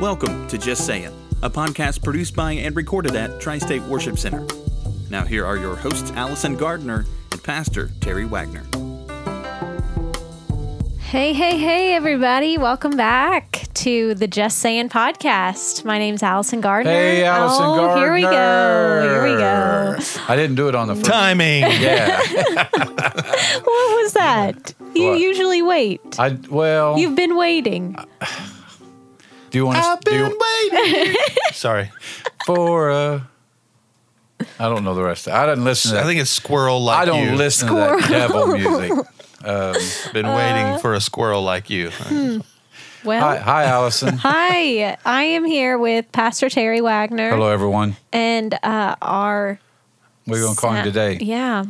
Welcome to Just Saying, a podcast produced by and recorded at Tri State Worship Center. Now, here are your hosts, Allison Gardner and Pastor Terry Wagner. Hey, hey, hey, everybody. Welcome back to the Just Saying podcast. My name's Allison Gardner. Hey, Allison oh, Gardner. Here we go. Here we go. I didn't do it on the first. timing. Yeah. What was that? You What? usually wait. I well. You've been waiting. do you want to do you- waiting. Sorry. for? Uh, I don't know the rest. I didn't listen. To I that. think it's squirrel like I don't you. listen to that devil music. Um, Been waiting for a squirrel like you. Well, hi, hi, Allison. hi. I am here with Pastor Terry Wagner Hello, everyone. and uh, our We're gonna call him sa- today. Yeah.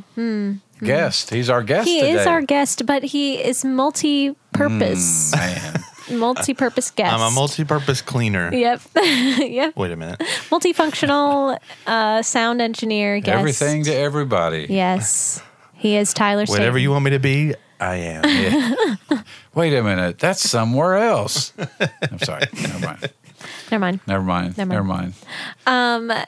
Guest. He's our guest. He today. is our guest, but he is multi purpose. Man. Multi purpose guest. I'm a multi-purpose cleaner. Yep. yep. Wait a minute. multifunctional uh, sound engineer guest. Everything to everybody. Yes, he is Tyler. Whatever Staten. you want me to be, I am. Yeah. Wait a minute. That's somewhere else. I'm sorry. Never mind. Never mind. Never mind. Never mind. Never mind.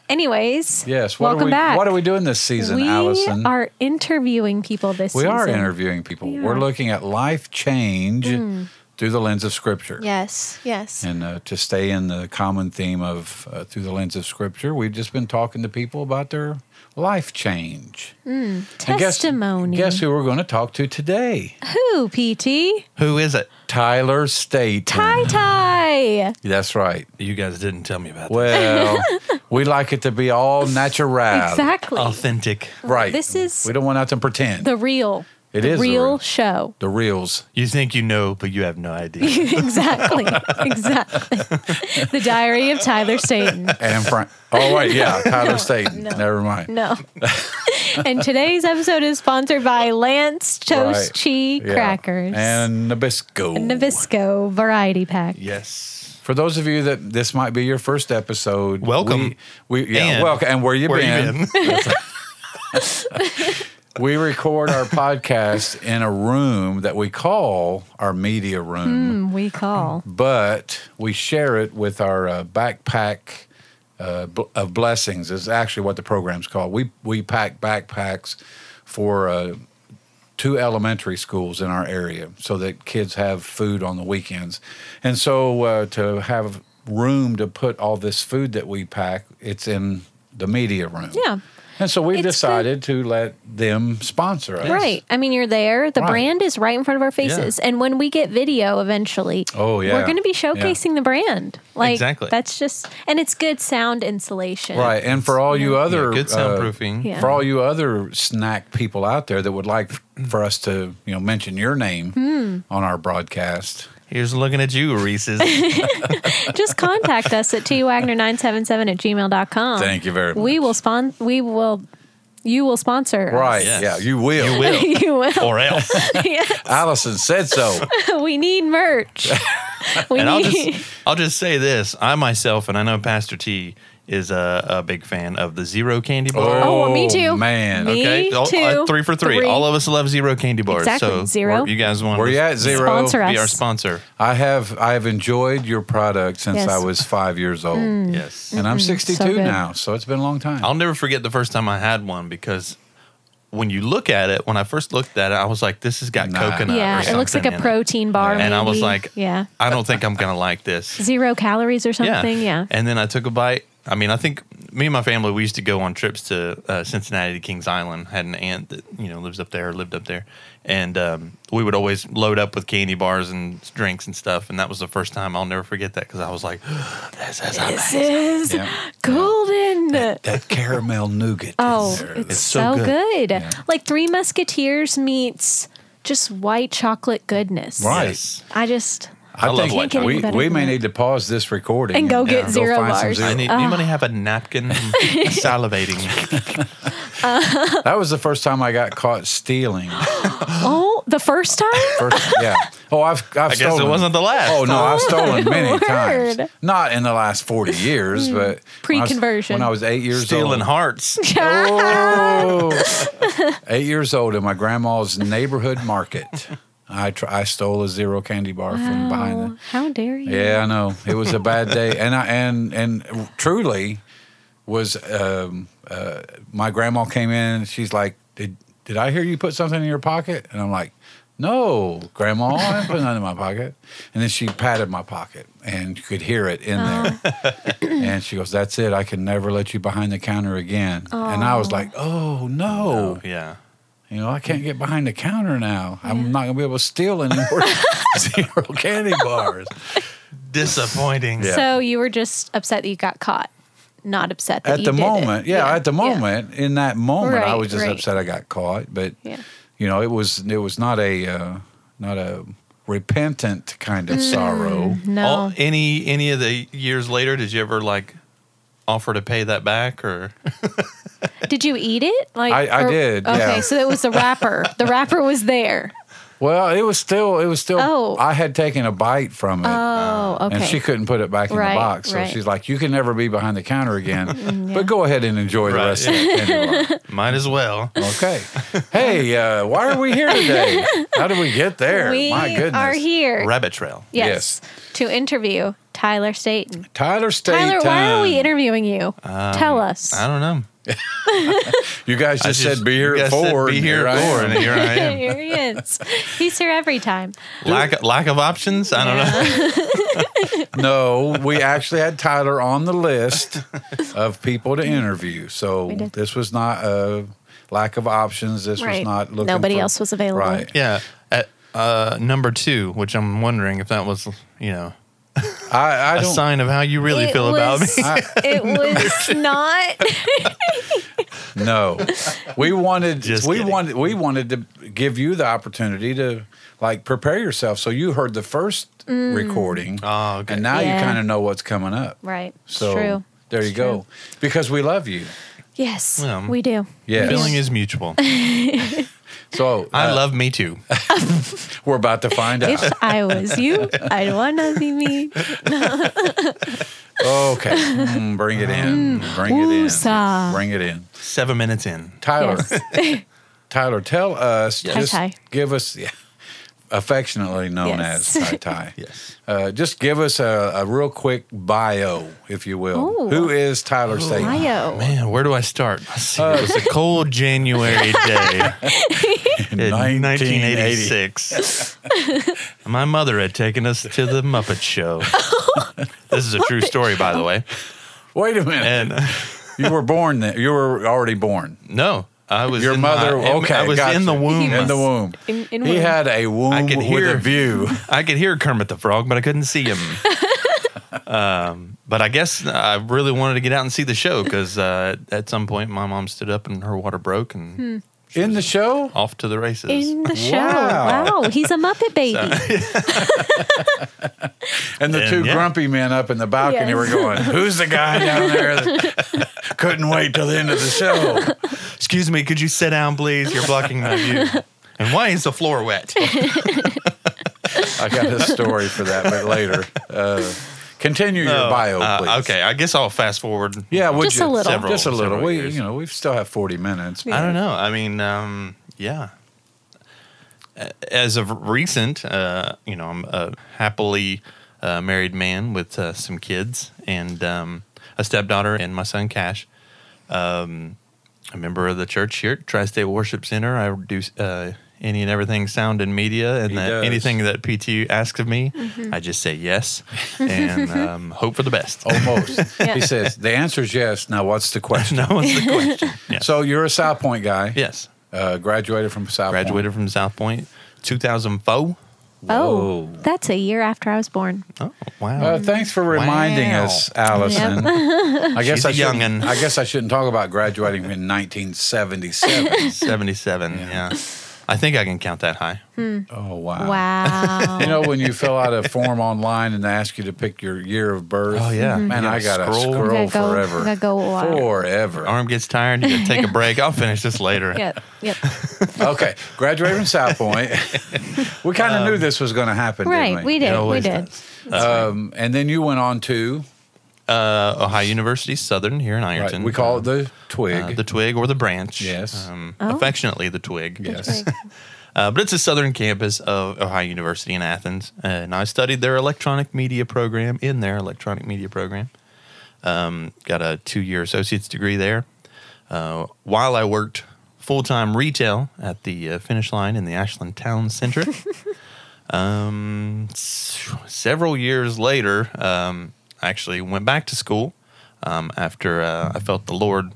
Anyways, Yes. What welcome are we, back. What are we doing this season, we Allison? are interviewing people this We season. are interviewing people. We We are. Hmm. are looking at life change through the lens of Scripture. Yes, yes. And uh, to stay in the common theme of uh, through the lens of Scripture, we've just been talking to people about their life change. And guess- Testimony. Guess, who we're going to talk to today? Who, PT? Who is it? Tyler State. Ty Ty. That's right. You guys didn't tell me about that. Well, we like it to be all natural. Exactly. Authentic. Right. This is- We don't want out to pretend. the real. It the is the real, real. show. the reels. You think you know, but you have no idea. exactly. Exactly. the Diary of Tyler Staten. And Frank. Oh, wait. Yeah. Tyler State. no. Never mind. No. and today's episode is sponsored by Lance Toast Right. Cheese Yeah. Crackers And Nabisco. Nabisco Variety Pack. yes. For those of you that this might be your first episode, Welcome. We, we yeah, And welcome. And where you Where been? you been? We record our podcast in a room that we call our media room, Mm, we call. Mm-hmm. but we share it with our uh, backpack uh, bl- of blessings. Is actually what the program's called. We we pack backpacks for. Uh, two elementary schools in our area so that kids have food on the weekends. And so uh, to have room to put all this food that we pack, it's in the media room. Yeah. And so we've It's decided to let them sponsor us. Right. I mean, you're there. The Right. brand is right in front of our faces. And when we get video eventually, Oh, yeah. we're going to be Yeah. showcasing the brand. Like, Exactly. That's just, and it's good sound insulation. Right. And for all you other good uh, soundproofing. Yeah. For all you other snack people out there that would like f- for us to, you know, mention your name Hmm. on our broadcast. Here's looking at you, Reese's. Just contact us at twagner977 at gmail.com. Thank you very much. We will sponsor, we will, you will sponsor. us. Right. Yes. Yeah, you will. You you will. or else. Yes. Allison said so. we need merch. We And I'll need. just I'll just say this: I myself, and I know Pastor T is a, a big fan of the zero candy bar. Oh, well, me too. man. Me okay, All- uh, too. three for three. Three. All of us love zero candy bars. Exactly. So Zero. we're- You guys want Where you at, Zero? Sponsor us. Mm-hmm. Be our sponsor. I have I have enjoyed your product since Yes. Hmm. Mm-hmm. I was five years old, Yes. and I'm 62 good. now, so it's been a long time. I'll never forget the first time I had one because when you look at it, when I first looked at it, I was like, "This has got Nah. coconut." or Yeah, it looks like something a in protein bar. And I was maybe. like, yeah, I don't think I'm gonna like this. zero calories or something. Yeah, And then I took a bite. I mean, I think me and my family we used to go on trips to uh, Cincinnati to Kings Island. Had an aunt that you know lives up there, lived up there, and um, we would always load up with candy bars and drinks and stuff. And that was the first time I'll never forget that because I was like, "This is this amazing." is Yeah. golden. that caramel nougat. oh, is there. it's, It's so, so good. Yeah. Like Three Musketeers meets just white chocolate goodness. Right. Yes. I just I, I love think white chocolate. we, Can't get any we better may than need to pause this recording uh, And go get zero find some bars. zero- I need, anybody have a napkin? I'm salivating. That was the first time I got caught stealing. oh, the first time. First, yeah. Oh, I've I've I guess it stolen. wasn't the last. Oh no, I've stolen many Word. times. Not in the last 40 years, but when I was- Hmm. Pre-conversion. When I was eight years stealing old. hearts. Oh. Eight years old in my grandma's neighborhood market. I tr- I stole a zero candy bar from behind the Wow. How dare you? Yeah, I know. It was a bad day, and I and and truly was. Um, uh, my grandma came in. and She's like, "Did did I hear you put something in your pocket?" And I'm like, "No, grandma, I didn't put nothing in my pocket." And then she patted my pocket, and you could hear it in there. and she goes, "That's it. I can never let you behind the counter again." And I was like, "Oh no!" Oh, yeah. You know, I can't get behind the counter now. I'm not gonna be able to steal anymore zero candy bars. Disappointing. Yeah. So you were just upset that you got caught, not upset that at you the did it. moment yeah, at the yeah. moment in that moment i Right, was just right. upset i got caught but Yeah. you know it was it was not a uh, not a repentant kind of sorrow No. All, any any of the years later, did you ever like offer to pay that back or Did you eat it? Like I- I did, Okay, yeah. so it was the wrapper. The wrapper was there. well it was still it was still Oh. i had taken a bite from it Oh, okay. And she couldn't put it back in Right, the box, so right. Mm, she's like, "You can never be behind the counter again." yeah. But go ahead and enjoy the Right, rest of the candy bar. might as well? Okay. Hey, uh, why are we here today? How did we get there? we My goodness. are here. Rabbit trail. Yes, To interview Tyler Staten. Tyler State. Tyler, why are we time. interviewing you? Um, Tell us. I don't know. You guys I just, said be you here guys at said four. Be and here I at four, am. and here I am. Here he is. He's here every time. lack lack of options. I don't know. no, we actually had Tyler on the list of people to interview. So We did. this was not a lack of options. This Right. was not looking. Nobody for- else was available. Right. Yeah. At uh, number two, which I'm wondering if that was you know I, I a don't. sign of how you really Uh, It feel was- about me. It was not. No, we wanted. Just we kidding. wanted. We wanted to give you the opportunity to like prepare yourself. So you heard the first recording, Oh, okay. and now Mm. Yeah. you kind of know what's coming up. Right. It's So true. there you It's go. true. Because we love you. Yes, Well, we do. Yes. Feeling is mutual. So I uh, love me too. We're about to find out. If I was you, I'd want to be me. Okay, Mm, bring it in. Bring it in. Woosah. Bring it in. Seven minutes in. Tyler, Yes. Tyler, tell us. Yes. Just Ty-Ty. give us, yeah, affectionately known Yes. as Ty Ty. Yes. Uh, just give us a, a real quick bio, if you will. Ooh. Who is Tyler Staten? Bio. oh, Man, where do I start? I see, Uh, it was a cold January day in 1986. My mother had taken us to the Muppet Show. this is a true story, by the way. Wait a minute. And uh, you were born then. You were already born. no, I was Your in my- mother. in- okay, I was gotcha. in the womb. In the womb. In- in he womb. had a womb I could with hear- a view. I could hear Kermit the Frog, but I couldn't see him. um, but I guess I really wanted to get out and see the show because uh, at some point my mom stood up and her water broke and Hmm. In the show. off to the races. In the show. Wow. Wow. He's a Muppet baby. And the And two yeah. grumpy men up in the balcony Yes. were going, Who's the guy down there that couldn't wait till the end of the show? Excuse me, could you sit down, please? You're blocking my view. And why is the floor wet? I got a story for that, but later. Uh, continue your Oh, bio, uh, please. okay, I guess I'll fast forward. Yeah, would Just you? a little. Several- Just a little. several We, years. you know, we still have 40 minutes. I don't know. I mean, um, yeah. A- As of recent, uh, you know, I'm a happily uh, married man with uh, some kids and um, a stepdaughter and my son Cash. Um, a member of the church here at Tri State Worship Center. I do uh, any and everything sound and media, and He that does. anything that PT asks of me, I just say yes and um, hope for Oh. the best. Almost. Yeah. He says, The answer is yes. Now, what's the question? no one's the question. Yeah. So, you're a South Point guy. yes. Uh, graduated from South Graduated from South Point 2004. Oh, Whoa. that's a year after I was born. Oh, wow. Point. Uh, thanks for reminding Wow. us, Allison. I guess She's a I shouldn't- young'un. I guess I shouldn't talk about graduating in 1977. 77, yeah. I think I can count that high. Oh wow! Wow. You know when you fill out a form online and they ask you to pick your year of birth? Oh, yeah. Mhm. man, You I gotta gotta scroll. scroll, You gotta go- forever. Mm-hmm. you gotta go a while. forever. Arm gets tired, you gotta take a break. I'll finish this later. Yep. Yep. Okay, graduated from South Point. we kind of Um, knew this was going to happen, Right. Didn't We we? It did. We always did. does. Um, and then you went on to Uh, Ohio University Southern here in right, Ironton. we call it the Uh, twig. the twig or the branch. Yes. Um, Oh. Affectionately, the twig. Yes. Like, Uh, but it's a southern campus of Ohio University in Athens, uh, and I studied their electronic media program in their electronic media program. Um, got a two-year associate's degree there. Uh, while I worked full-time retail at the uh, finish line in the Ashland Town Center, um, s- several years later, um, I actually went back to school um, after uh, I felt the Lord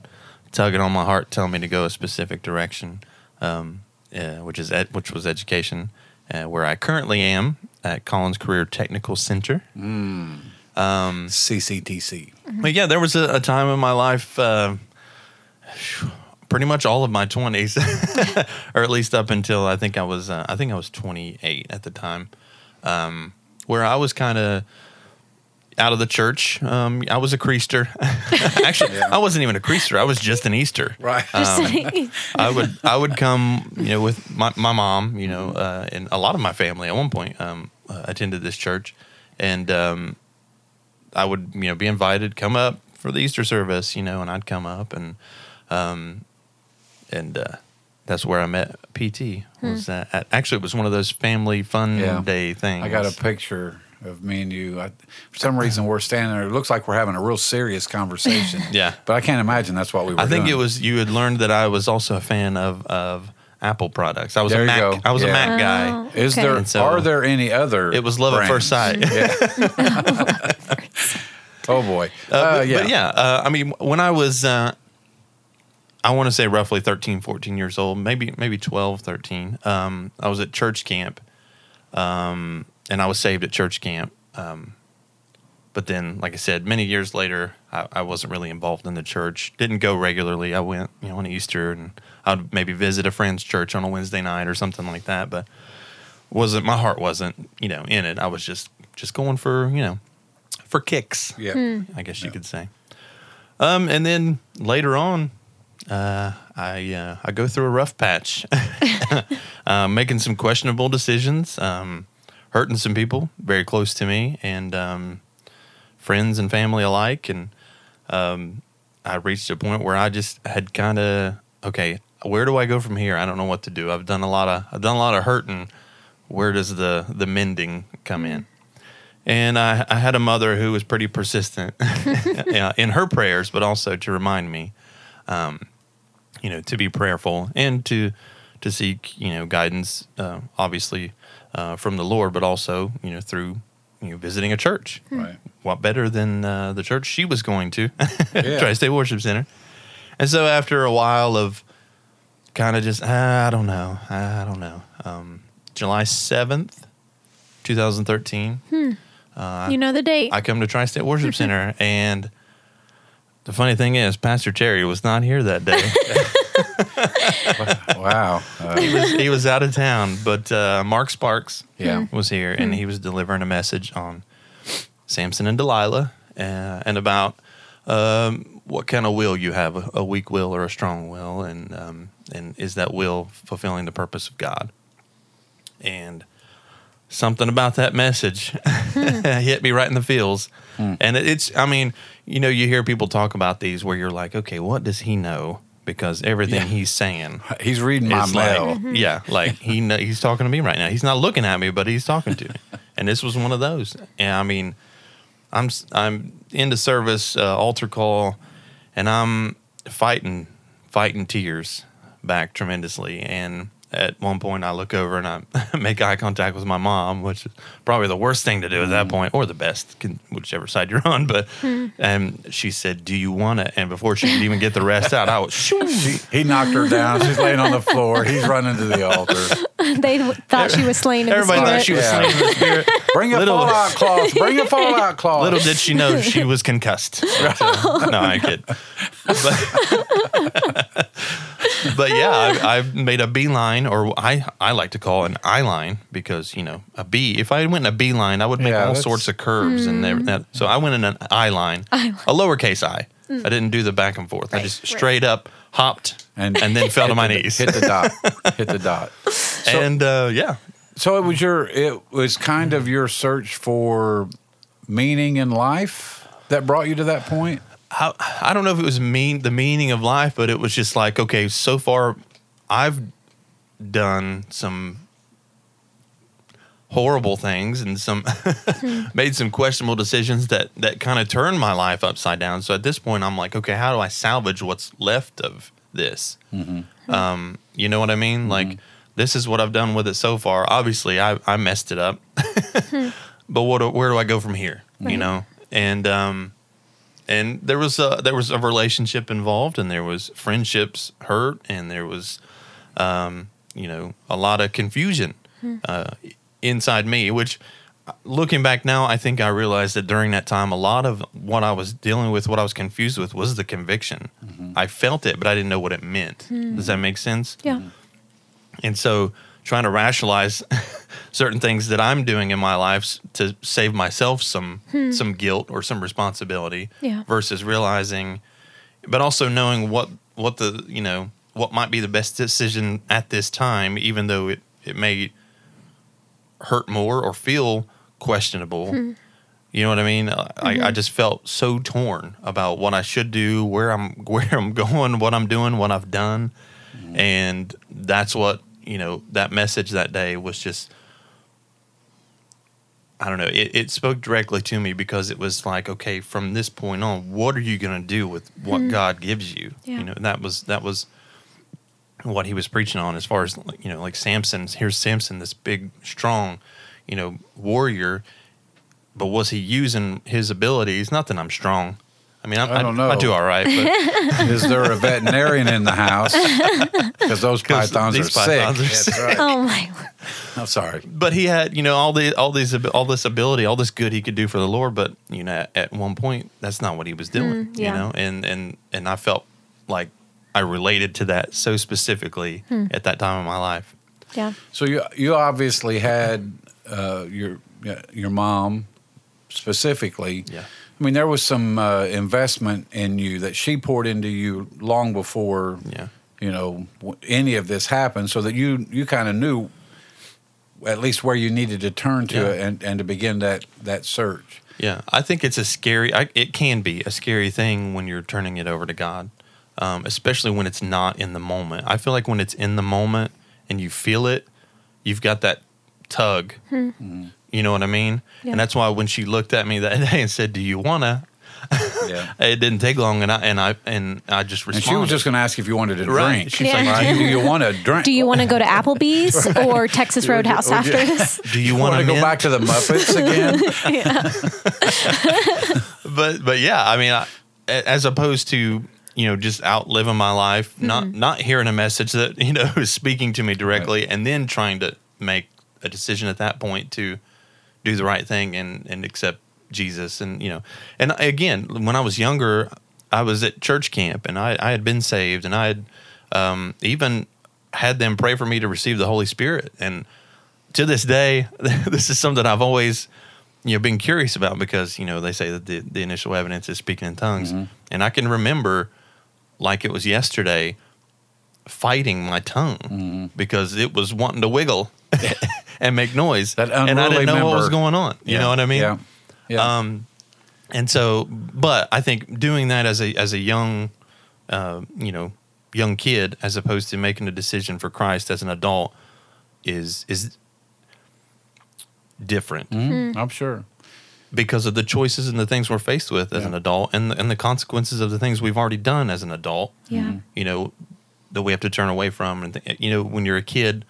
tugging on my heart, telling me to go a specific direction, um, uh, which is ed- which was education, uh, where I currently am at Collins Career Technical Center. CCTC. Mm-hmm. But yeah, there was a, a time in my life, uh, pretty much all of my twenties, or at least up until I think I was uh, I think I was 28 at the time, um, where I was kind of out of the church. Um, I was a creaster. Actually, I wasn't even a creaster. I was just an Easter. Right. Just I would I would come, you know, with my, my mom, you know, uh, and a lot of my family at one point um, uh, attended this church, and um, I would you know be invited come up for the Easter service, you know, and I'd come up and um, and uh, that's where I met PT. Was uh, at, actually it was one of those family fun Yeah. day things. I got a picture of me and you. I, for some reason, we're standing there. It looks like we're having a real serious conversation. Yeah. But I can't imagine that's what we were I think doing. it was you had learned that I was also a fan of of Apple products. I was There a you Mac. go. I was a Yeah. Mac guy. Oh. Is Okay. there And so- are there any other? It was love brands? at first sight. Oh boy. Uh, Uh, but, yeah. but yeah, uh, I mean, when I was, uh, I want to say roughly 13, 14 years old, maybe maybe 12, 13, um, I was at church camp um, and I was saved at church camp. Um, but then, like I said, many years later, I, I wasn't really involved in the church. Didn't go regularly. I went, you know, on Easter and I'd maybe visit a friend's church on a Wednesday night or something like that. But wasn't my heart wasn't you know in it. I was just just going for you know for kicks. Yeah. I guess you Yeah. could say. Um, and then later on, uh, I uh, I go through a rough patch, uh, making some questionable decisions, um, hurting some people very close to me, and um, friends and family alike. And um, I reached a point where I just had kind of okay, where do I go from here? I don't know what to do. I've done a lot of I've done a lot of hurting. Where does the the mending come in? And I, I had a mother who was pretty persistent yeah, in her prayers, but also to remind me, um, you know, to be prayerful and to to seek, you know, guidance, uh, obviously uh, from the Lord, but also, you know, through you know visiting a church. Hmm. Right. What better than uh, the church she was going to, Yeah. Tri State Worship Center? And so after a while of kind of just, "Ah, I don't know, I don't know. Um, July seventh, two thousand thirteen. you know the date. I come to Tri State Worship Center, and the funny thing is, Pastor Terry was not here that day. Wow. Uh, he, was, he was out of town, but uh, Mark Sparks Yeah. was here, and he was delivering a message on Samson and Delilah uh, and about um, what kind of will you have a, a weak will or a strong will, and, um, and is that will fulfilling the purpose of God? And something about that message hit me right in the feels. And it, it's, I mean, you know, you hear people talk about these where you're like, okay, what does he know? Because everything Yeah. he's saying he's reading my it's like, mail. yeah, like he kn- he's talking to me right now. He's not looking at me, but he's talking to me. And this was one of those. And I mean, I'm s- I'm into service uh, altar call, and I'm fighting fighting tears back tremendously. And at one point, I look over and I make eye contact with my mom, which is probably the worst thing to do at that point, or the best, can, whichever side you're on. But and she said, "Do you want it?" And before she could even get the rest out, I was. She, he knocked her down. She's laying on the floor. He's running to the altar. they w- thought she was slain in the Everybody thought spirit. she was Yeah. slain in the spirit. Bring a Little- fallout cloth. Bring a fallout cloth. Little did she know she was concussed. no, I kid. But, but yeah, I, I made a beeline, or I, I like to call an eye line because you know a bee. If I went in a beeline, I would make Yeah, all that's- sorts of curves and there. That, so I went in an eye line, a lowercase i. I didn't do the back and forth. I just straight up hopped and, then fell hit to my the- knees. Hit the dot. Hit the dot. and uh, yeah, So it was your. It was kind of your search for meaning in life that brought you to that point. I, I don't know if it was mean the meaning of life, but it was just like okay, so far I've done some horrible things and some made some questionable decisions that that kind of turned my life upside down. So at this point, I'm like, okay, how do I salvage what's left of this? Um, you know what I mean? Like, this is what I've done with it so far. Obviously, I I messed it up, but what do, where do I go from here? You know, and um, and there was a there was a relationship involved, and there was friendships hurt, and there was um, you know, a lot of confusion uh, inside me, which uh, looking back now, I think I realized that during that time, a lot of what I was dealing with, what I was confused with, was the conviction. I felt it, but I didn't know what it meant. Does that make sense? Yeah. And so trying to rationalize certain things that I'm doing in my life s- to save myself some some guilt or some responsibility Yeah. versus realizing but also knowing what what the you know what might be the best decision at this time even though it it may hurt more or feel questionable you know what i mean I, I i just felt so torn about what i should do where i'm where i'm going what i'm doing what i've done and that's what you know that message that day was just i don't know it, it spoke directly to me because it was like okay from this point on what are you going to do with what god gives you Yeah. you know and that was that was what he was preaching on as far as like, you know like samson's here's samson this big strong you know warrior but was he using his abilities not that i'm strong i mean I'm, I don't know. I do all right but Is there a veterinarian in the house? Because those 'Cause pythons these are pythons are sick. sick. That's right. Oh my. word. I'm sorry. but he had you know all the all these abi- all this ability all this good he could do for the lord but you know at one point that's not what he was doing Hmm, yeah. you know and and and i felt like i related to that so specifically at that time in my life Yeah. So you you obviously had uh, your your mom specifically. Yeah. I mean, there was some uh, investment in you that she poured into you long before Yeah. you know w- any of this happened, so that you you kind of knew at least where you needed to turn to Yeah. and, and to begin that that search. Yeah, I think it's a scary. I, it can be a scary thing when you're turning it over to God, um, especially when it's not in the moment. I feel like when it's in the moment and you feel it, you've got that tug. Hmm. You know what I mean? Yeah. And that's why when she looked at me that day and said, "Do you wanna?" Yeah. It didn't take long, and I and I and I just And responded. she was just going to ask if you wanted a Right. drink. She's Yeah. like, "Do you want a drink? Do you want to go to Applebee's or Texas Would you- Roadhouse would you- after this? Do you want to go mint?" back to the Muppets again?" yeah. but but yeah, I mean, I, a- as opposed to you know just out living my life, not not hearing a message that you know is speaking to me directly, and then trying to make a decision at that point to do the right thing and and accept Jesus, and you know, and again, when I was younger, I was at church camp, and I I had been saved, and I had um, even had them pray for me to receive the Holy Spirit, and to this day, this is something I've always, you know, been curious about because you know they say that the, the initial evidence is speaking in tongues, Mm-hmm. and I can remember, like it was yesterday, fighting my tongue Mm-hmm. because it was wanting to wiggle and make noise, That and I unruly didn't know what was member. going on. You know what I mean? Yeah. Yeah. Um, and so, but I think doing that as a as a young, uh, you know, young kid, as opposed to making a decision for Christ as an adult, is is different Mhm. I'm sure. because of the choices and the things we're faced with as Yeah. an adult, and and the consequences of the things we've already done as an adult. Yeah. You know, that we have to turn away from, and th- you know, when you're a kid,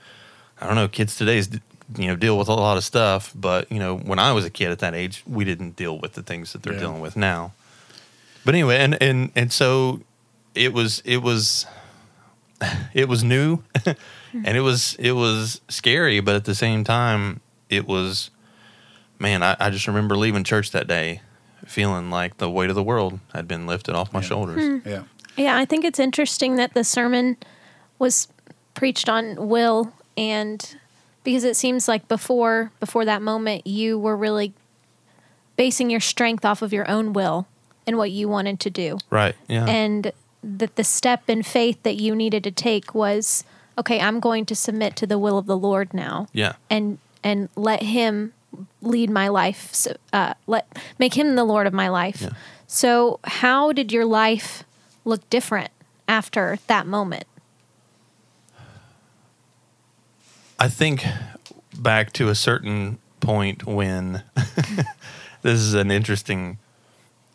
I don't know, kids today's you know deal with a lot of stuff, but you know, when I was a kid at that age, we didn't deal with the things that they're Yeah. dealing with now. But anyway, and and and so it was it was it was new and it was it was scary, but at the same time, it was man, I, I just remember leaving church that day feeling like the weight of the world had been lifted off my shoulders. Yeah. Yeah, I think it's interesting that the sermon was preached on will and because it seems like before before that moment you were really basing your strength off of your own will and what you wanted to do. Right. Yeah. And that the step in faith that you needed to take was okay, I'm going to submit to the will of the Lord now. yeah. and and let him lead my life so, uh, let make him the lord of my life Yeah. so how did your life look different after that moment I think back to a certain point when this is an interesting,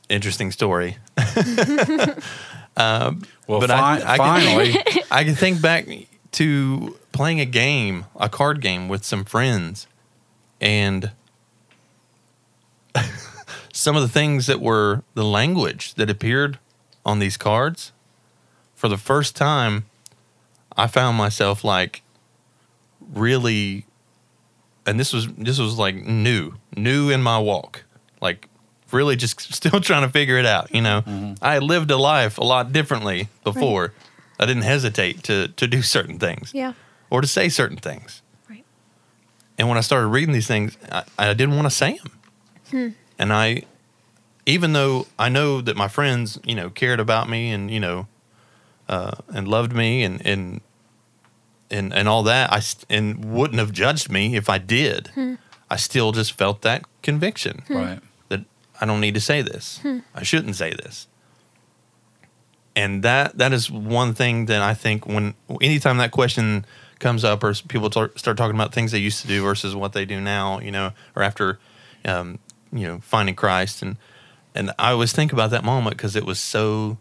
interesting story. Well, But I- fi- I can- finally, I can think back to playing a game, a card game with some friends, and some of the things that were the language that appeared on these cards. For the first time, I found myself like really, and this was this was like new, new in my walk, like really just still trying to figure it out. You know, I had lived a life a lot differently before. I didn't hesitate to to do certain things Yeah. or to say certain things. Right. And when I started reading these things, I, I didn't want to say them. And I, even though I know that my friends, you know, cared about me and you know, uh, and loved me and and and and all that, I st- and wouldn't have judged me if I did. I still just felt that conviction right. that I don't need to say this. I shouldn't say this. And that that is one thing that I think when anytime that question comes up or s- people tar- start talking about things they used to do versus what they do now, you know, or after um, you know finding Christ and and I always think about that moment because it was so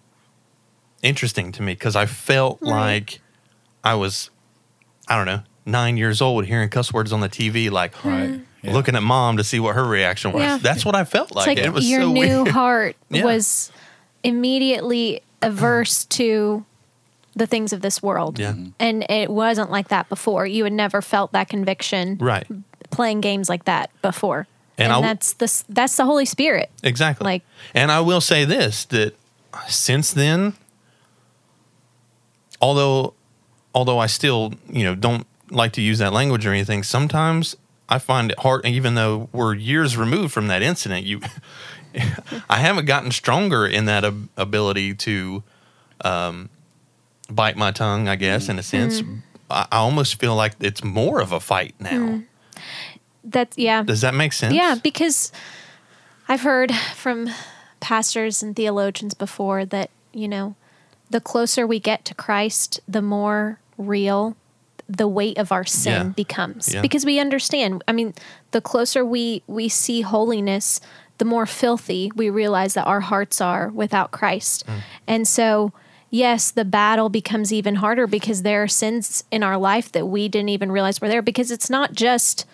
interesting to me because I felt like I was I don't know nine years old hearing cuss words on the TV like Right. Yeah. looking at mom to see what her reaction was. Yeah. That's what I felt like. it's like and it was your so new weird. heart Yeah. was immediately averse to the things of this world. Yeah. And it wasn't like that before. You had never felt that conviction Right. playing games like that before. And And, I'll- that's the that's the Holy Spirit. Exactly. Like- and I will say this that since then, although although I still you know don't like to use that language or anything, sometimes I find it hard. Even though we're years removed from that incident, you, I haven't gotten stronger in that ab- ability to um, bite my tongue. I guess in a sense, Mm. I, I almost feel like it's more of a fight now. That's yeah. Does that make sense? Mm. Yeah, because I've heard from pastors and theologians before that, you know, the closer we get to Christ, the more real the weight of our sin Yeah. becomes. Yeah. Because we understand, I mean, the closer we we see holiness, the more filthy we realize that our hearts are without Christ. Mm. And so Yes, the battle becomes even harder because there are sins in our life that we didn't even realize were there because it's not just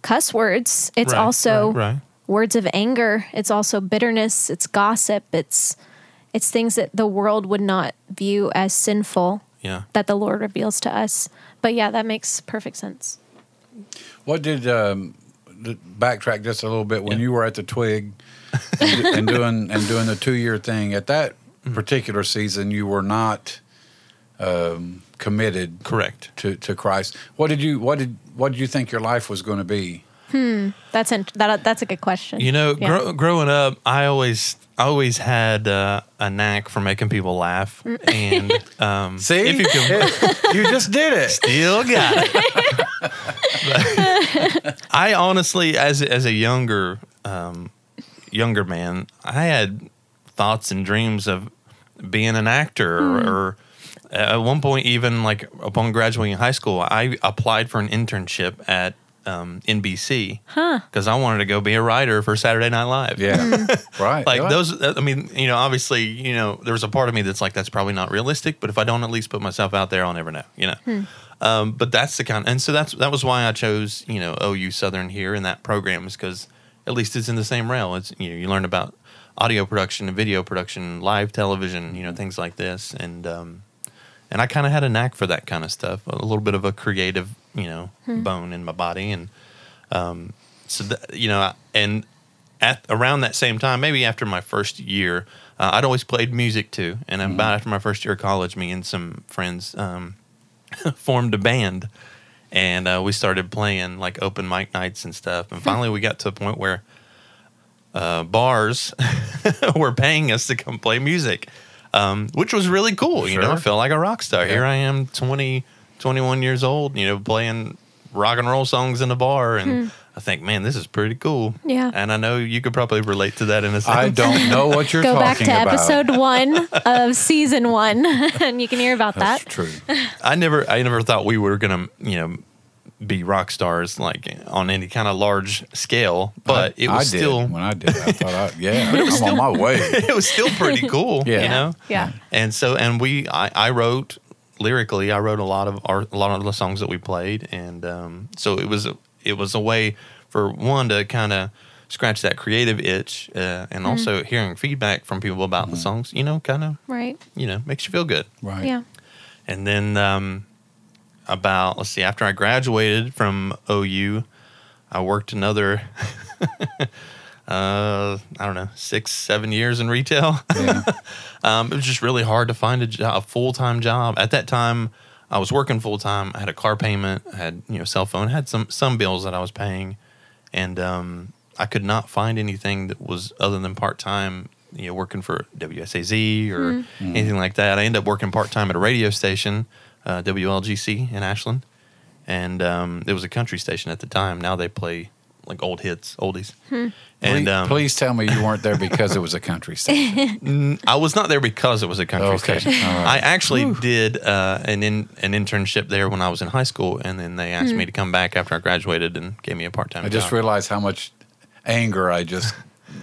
cuss words, it's Right, also right, right. words of anger it's also bitterness it's gossip it's it's things that the world would not view as sinful Yeah. that the lord reveals to us but yeah that makes perfect sense What did um, th- backtrack just a little bit when Yeah. you were at the Twig and, and doing and doing the two year thing at that Hmm. particular season? You were not um, committed Correct. to, to Christ. What did you what did what did you think your life was going to be? that's in, that, that's a good question You know, Yeah. grow, growing up, I always I always had uh, a knack for making people laugh, Mm. and um, See, if you can you just did it. still got it. But I honestly, as as a younger um, younger man, I had thoughts and dreams of being an actor, Hmm. or at one point, even like upon graduating high school, I applied for an internship at um, NBC because I wanted to go be a writer for Saturday Night Live. Yeah, Mm. right. Like yeah. those, I mean, you know, obviously, you know, there's a part of me that's like, that's probably not realistic, but if I don't at least put myself out there, I'll never know, you know. Um, but that's the kind, and so that's that was why I chose, you know, OU Southern here in that program is because at least it's in the same realm. It's you know, you learn about audio production and video production, live television, you know, things like this, and um, and I kind of had a knack for that kind of stuff, a little bit of a creative, you know, bone in my body, and um, so that, you know and at around that same time maybe after my first year uh, i'd always played music too and Mm-hmm. about after my first year of college me and some friends um, formed a band and uh, we started playing like open mic nights and stuff Hmm. and finally we got to a point where uh, bars were paying us to come play music um, which was really cool you know i Sure. felt like a rock star Yeah. here i am 20 21 years old you know playing rock and roll songs in a bar Hmm. and i think man this is pretty cool Yeah. and i know you could probably relate to that in a sense I don't know what you're go back talking to about. episode one of season one and you can hear about That's that true. I never I never thought we were gonna you know be rock stars like on any kind of large scale, but it was I did. still when I did. I thought, I, yeah, I'm on my way. it was still pretty cool, Yeah. you know. Yeah. And so, and we, I, I wrote lyrically. I wrote a lot of our, a lot of the songs that we played, and um, so it was, a- it was a way for one to kind of scratch that creative itch, uh, Mm-hmm. and also hearing feedback from people about Mm-hmm. the songs. You know, kind of, Right. you know, makes you feel good. Right. Yeah. And then um, about let's see, after I graduated from OU, I worked another. Uh, I don't know, six, seven years in retail. Yeah. Um, it was just really hard to find a, jo- a full time job at that time. I was working full time. I had a car payment. I had you know cell phone. I had some some bills that I was paying, and um, I could not find anything that was other than part time. You know, working for WSAZ or anything like that. I ended up working part time at a radio station, uh, WLGC in Ashland, and um, it was a country station at the time. Now they play like old hits, oldies. And please, um, please tell me you weren't there because it was a country station. I was not there because it was a country Okay. station. All right. I actually did uh, an in, an internship there when I was in high school, and then they Hmm. asked me to come back after I graduated and gave me a part time. I just realized how much anger I just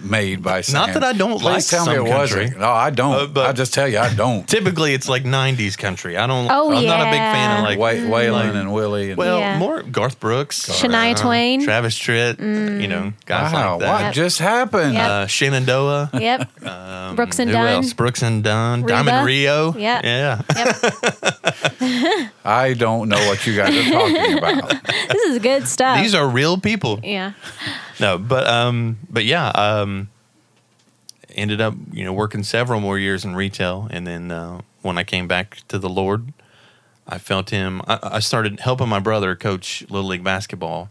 made by saying. that I don't please like tell me some it wasn't. country. No, I don't. Uh, but- I just tell you, I don't. typically it's like '90s country. I don't. Oh, I'm not a big yeah. fan of like Wa- Mm. Waylon like- and Willie. And, Well, Yeah. more Garth Brooks, uh, Shania Twain. Mm. Travis Tritt. You know, guys wow, like that. what just happened? Yep. Uh, Shenandoah. Yep. Brooks and Um, Who Dunn. else? Brooks and Dunn. Diamond Reba. Rio. Yeah. Yeah. I don't know what you guys are talking about. This is good stuff. These are real people. Yeah. no, but um, but yeah, um, ended up you know working several more years in retail, and then uh, when I came back to the Lord, I felt Him. I, I started helping my brother coach little league basketball,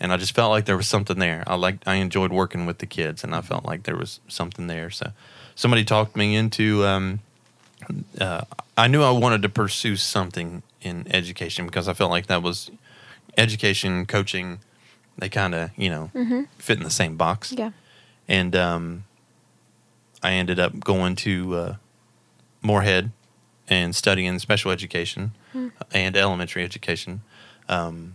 and I just felt like there was something there. I like I enjoyed working with the kids, and I felt like there was something there. So somebody talked me into. Um, uh, I knew I wanted to pursue something in education because I felt like that was education, coaching. They kind of you know fit in the same box Yeah. and um, I ended up going to uh, Moorhead and studying special education and elementary education, um,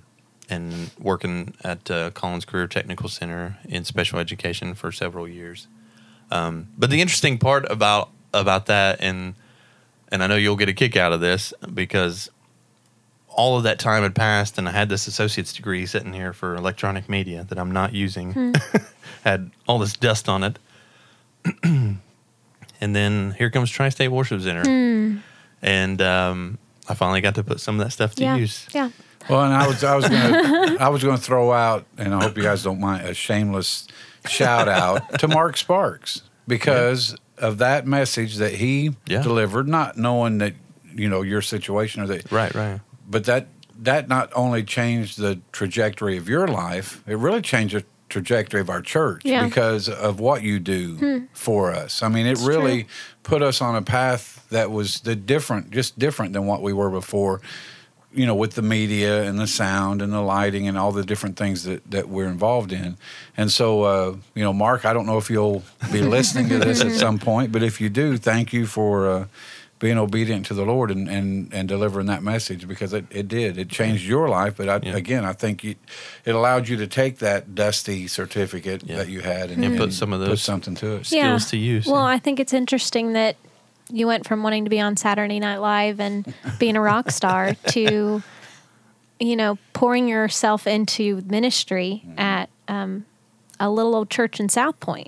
and working at uh, Collins Career Technical Center in special education for several years. Um, but the interesting part about about that, and and I know you'll get a kick out of this because all of that time had passed, and I had this associate's degree sitting here for electronic media that I'm not using had all this dust on it. and then here comes Tri State Worship Center. And um, I finally got to put some of that stuff to Yeah. use. Yeah. Well, and I was I was gonna I was gonna throw out, and I hope you guys don't mind a shameless shout out to Mark Sparks because of that message that he Yeah. delivered, not knowing that you know your situation or that Right, right. but that that not only changed the trajectory of your life, it really changed the trajectory of our church Yeah. Hmm. because of what you do for us. I mean, it true. really put us on a path that was the different, just different than what we were before. You know, with the media and the sound and the lighting and all the different things that, that we're involved in. And so, uh, you know, Mark, I don't know if you'll be listening to this at some point, but if you do, thank you for uh, being obedient to the Lord and, and, and delivering that message because it, it did. It changed your life. But I, Yeah. again, I think you, it allowed you to take that dusty certificate Yeah. that you had and, And put some of put those- something to it. Yeah. Skills to use. Well, I think it's interesting that you went from wanting to be on Saturday Night Live and being a rock star to, you know, pouring yourself into ministry Mm-hmm. at um, a little old church in South Point.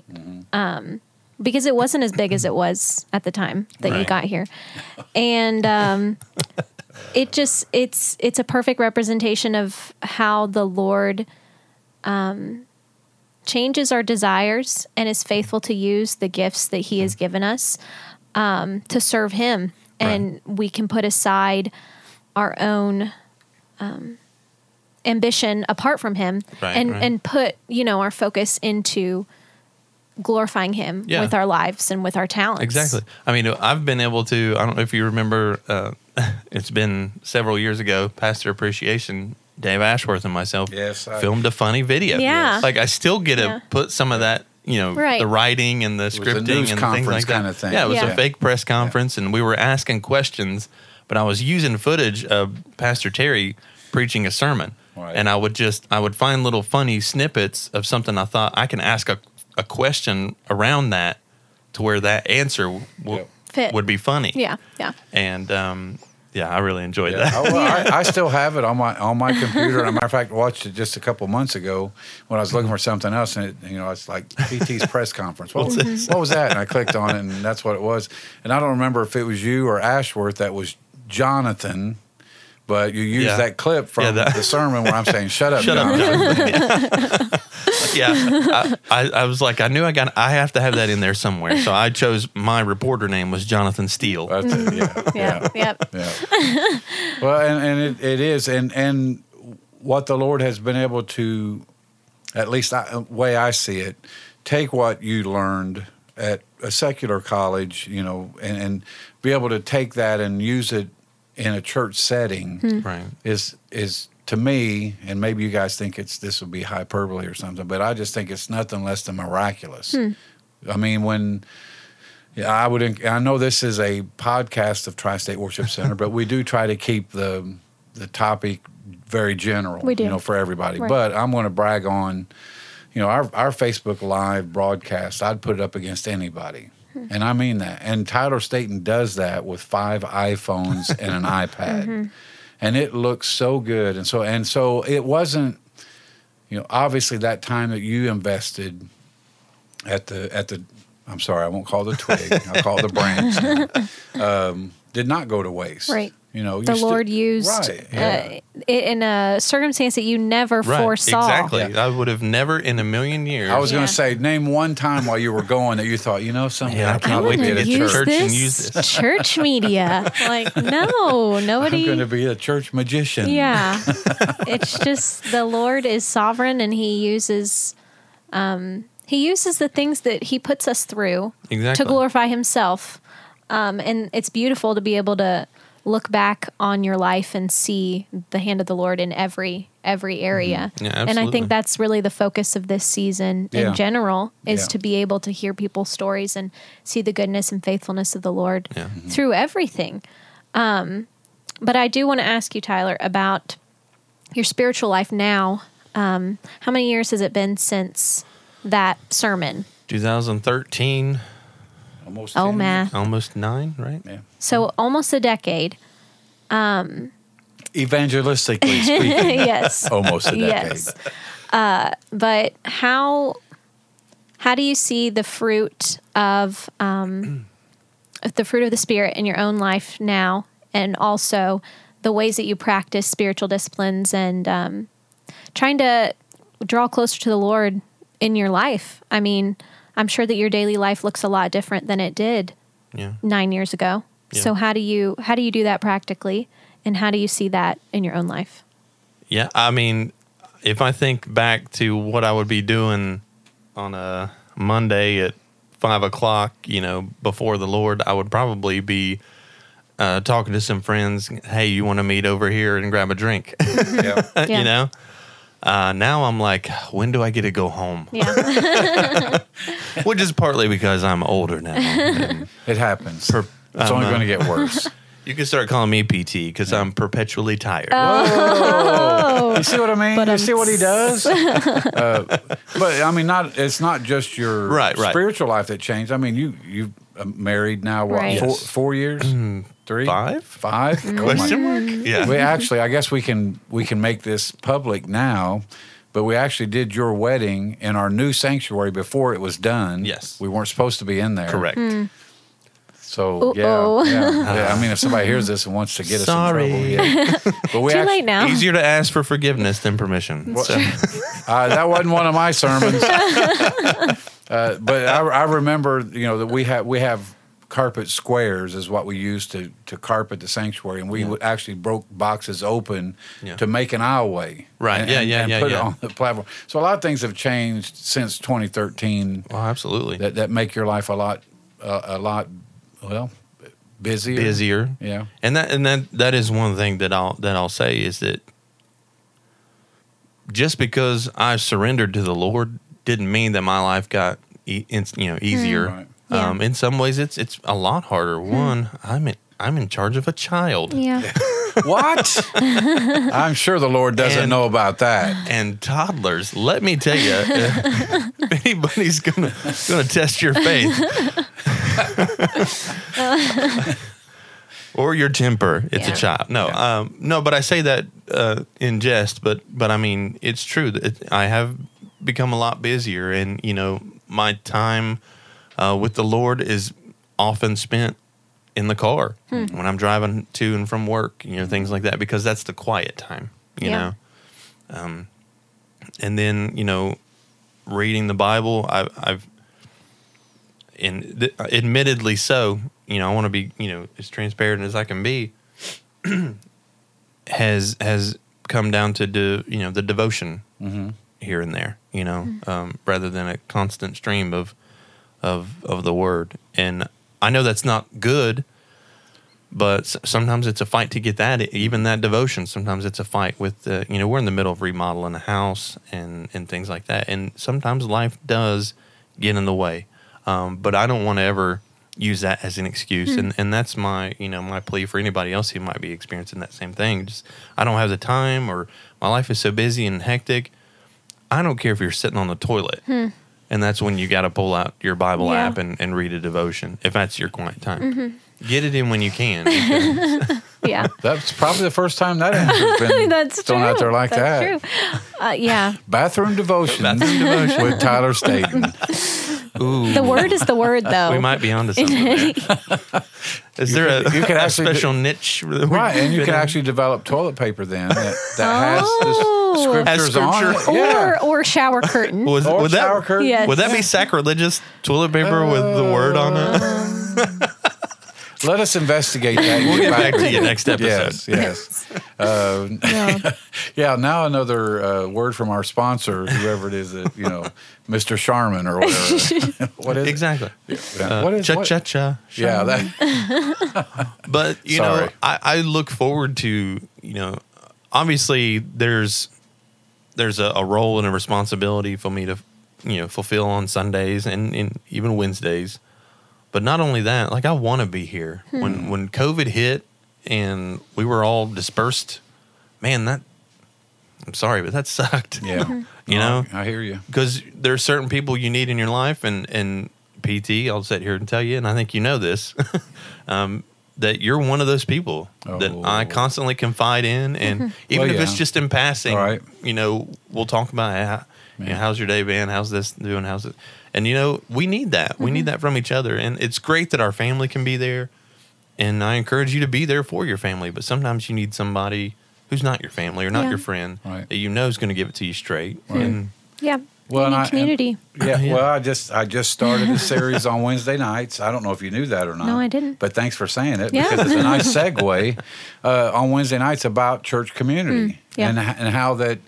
Um, Mm-hmm. because it wasn't as big as it was at the time that you Right. got here. And um, it just it's it's a perfect representation of how the Lord um, changes our desires and is faithful to use the gifts that he Mm. has given us um, to serve him and we can put aside our own um, ambition apart from him Right, and right. and put you know our focus into glorifying him Yeah. with our lives and with our talents Exactly. I mean, I've been able to. I don't know if you remember. Uh, it's been several years ago. Pastor Appreciation. Dave Ashworth and myself Yes, I- filmed a funny video. Yeah. Yes. Like I still get to Yeah. put some of that. You know, Right. the writing and the a scripting news and things conference like that. kinda thing. Yeah, it was Yeah. a fake press conference, and we were asking questions, but I was using footage of Pastor Terry preaching a sermon. Right. and I would just I would find little funny snippets of something I thought I can ask a, a question around that to where that answer w- Yep. Fit. would be funny. Yeah, yeah. and um, yeah, I really enjoyed Yeah. that. I, Oh, well, I, I still have it on my on my computer. And a matter of fact, I watched it just a couple months ago when I was looking for something else, and it, you know, it's like PT's press conference. What, was, what was that? And I clicked on it, and that's what it was. And I don't remember if it was you or Ashworth that was Jonathan, but you used Yeah. that clip from Yeah, that- the sermon where I'm saying, "Shut up, Shut up, Jonathan." John. yeah, I, I, I was like, I knew I got, I have to have that in there somewhere. So I chose my reporter name was Jonathan Steele. That's it. Yeah. Yeah, yep. Yeah. well, and, and it, it is, and and what the Lord has been able to, at least I, way I see it, take what you learned at a secular college, you know, and, and be able to take that and use it in a church setting right. is is to me, and maybe you guys think it's this would be hyperbole or something, but I just think it's nothing less than miraculous. Hmm. I mean, when yeah, I would. enc- I know this is a podcast of Tri-State Worship Center, but we do try to keep the the topic very general. We do. you know, for everybody. Right. But I'm going to brag on, you know, our our Facebook Live broadcast. I'd put it up against anybody. Hmm. And I mean that. And Tyler Staten does that with five iPhones and an iPad Mm-hmm. and it looked so good and so and so it wasn't you know obviously that time that you invested at the at the i'm sorry i won't call it a twig i'll call it the branch um, did not go to waste Right. you know The you sti- Lord used right yeah. uh, it in a circumstance that you never foresaw. Exactly. Yeah. I would have never in a million years. I was going Yeah. to say, name one time while you were going that you thought, you know, something Yeah, I I can't probably wait did to get at to use church. church and use this church media. Like, no, I'm nobody. going to be a church magician. Yeah. it's just the Lord is sovereign and he uses um he uses the things that he puts us through Exactly. to glorify himself. Um and it's beautiful to be able to look back on your life and see the hand of the Lord in every every area. Mhm. Yeah, and I absolutely. think that's really the focus of this season Yeah. in general is Yeah. to be able to hear people's stories and see the goodness and faithfulness of the Lord Yeah. through everything. Um, But I do want to ask you, Tyler, about your spiritual life now. Um, how many years has it been since that sermon? 2013, Almost Oh, 10 years. math. almost nine, right? Yeah. So almost a decade. Evangelistically speaking, yes. almost a decade. Yes. Uh, but how how do you see the fruit of um, of the fruit of the spirit in your own life now, and also the ways that you practice spiritual disciplines and um, trying to draw closer to the Lord in your life? I mean, I'm sure that your daily life looks a lot different than it did Yeah. nine years ago. Yeah. So how do you how do you do that practically, and how do you see that in your own life? Yeah, I mean, if I think back to what I would be doing on a Monday at five o'clock, you know, before the Lord, I would probably be uh, talking to some friends. Hey, you want to meet over here and grab a drink? Yeah. Yeah. you know. Uh, now I'm like, when do I get to go home? Yeah. Which is partly because I'm older now. and It happens. Per- it's only um, uh, going to get worse. you can start calling me PT because I'm perpetually tired. Oh. You see what I mean? But, you um, see what he does? Uh, but I mean, not it's not just your Right, right. spiritual life that changed. I mean, you you uh, married now what Right. Mm-hmm. four, Yes. Mm, four years, three, Five? five? Oh my Question mark? Yeah. we actually, I guess we can we can make this public now, but we actually did your wedding in our new sanctuary before it was done. Yes. we weren't supposed to be in there. Correct. Hmm. So yeah, Uh-oh. yeah, yeah. I mean, if somebody hears this and wants to get Sorry. us in trouble, yeah. But we Too actually, late now. Easier to ask for forgiveness than permission. Well, So, uh, that wasn't one of my sermons. uh, but I, I remember, you know, that we have we have carpet squares is what we used to to carpet the sanctuary, and we would actually broke boxes open Yeah. to make an aisleway. Right. And, Yeah, and- yeah, and yeah, Put yeah. it on the platform. So a lot of things have changed since 2013 well, absolutely. that that make your life a lot uh, a lot well busier. busier. Yeah. And that and that that is one thing that I'll that I'll say is that just because I surrendered to the Lord didn't mean that my life got e- in, you know easier. Hmm. Right. Yeah. Um, in some ways, it's it's a lot harder. One, I'm in, I'm in charge of a child. Yeah. what? I'm sure the Lord doesn't And- know about that. and toddlers. Let me tell you, if anybody's gonna gonna test your faith or your temper, it's Yeah. a child. No, um, no, but I say that uh, in jest. But but I mean, it's true that it- I have become a lot busier, and you know, my time uh, with the Lord is often spent in the car when I'm driving to and from work. You know, things like that because that's the quiet time. You Yeah. know Um, and then you know reading the bible I, i've and th- admittedly so you know i want to be you know as transparent as i can be has has come down to do you know the devotion here and there you know um, rather than a constant stream of of of the word and i know that's not good but s- sometimes it's a fight to get that even that devotion sometimes it's a fight with uh, you know we're in the middle of remodeling a house and and things like that and sometimes life does get in the way um, but i don't want to ever use that as an excuse and and that's my you know my plea for anybody else who might be experiencing that same thing just i don't have the time or my life is so busy and hectic i don't care if you're sitting on the toilet and that's when you got to pull out your bible Yeah. app and, and read a devotion if that's your quiet time Get it in when you can. Yeah. That's probably the first time that answer's been That's thrown true. out there like That's that. True. Uh, yeah. Bathroom devotion. Bathroom devotion. with Tyler Staten. Ooh, The word is the word, though. we might be onto something. there. Is there a, you could a actually do- special niche? that we Right, and you fit can in? actually develop toilet paper then that, that Oh. has the Has scriptures on it. scripture. or Yeah. or shower curtain. Was- Or would shower that curtain. Yes. would that be sacrilegious? Toilet paper with the word on Uh, it. Let us investigate that. We'll get back to you next episode. Yes, yes. Uh, Yeah. yeah, now another uh, word from our sponsor, whoever it is, that, you know, Mr. Sharman or whatever. what is it? Exactly. Uh, Yeah, what is cha what- cha cha. Yeah, that, But you Sorry. know, I, I look forward to you know, obviously there's there's a, a role and a responsibility for me to you know fulfill on Sundays and, and even Wednesdays. But not only that, like I want to be here. When when COVID hit and we were all dispersed, man, that I'm sorry, but that sucked. yeah. You know? I hear you. because there's certain people you need in your life and and pt i'll sit here and tell you and i think you know this um, that you're one of those people that Oh. i constantly confide in and even Well, if it's yeah. just in passing All right. you know we'll talk about how, you know, Yeah. how's your day been how's this doing how's it and you know we need that we need that from each other and it's great that our family can be there and i encourage you to be there for your family but sometimes you need somebody who's not your family or not Yeah. your friend Right. that you know is going to give it to you straight and yeah. Well, You and need I- and- community. Yeah, Yeah. well, I just I just started a series on Wednesday nights. I don't know if you knew that or not. No, I didn't. But thanks for saying it Yeah. because it's a nice segue uh, on Wednesday nights about church community Mm, yeah. and h- and how that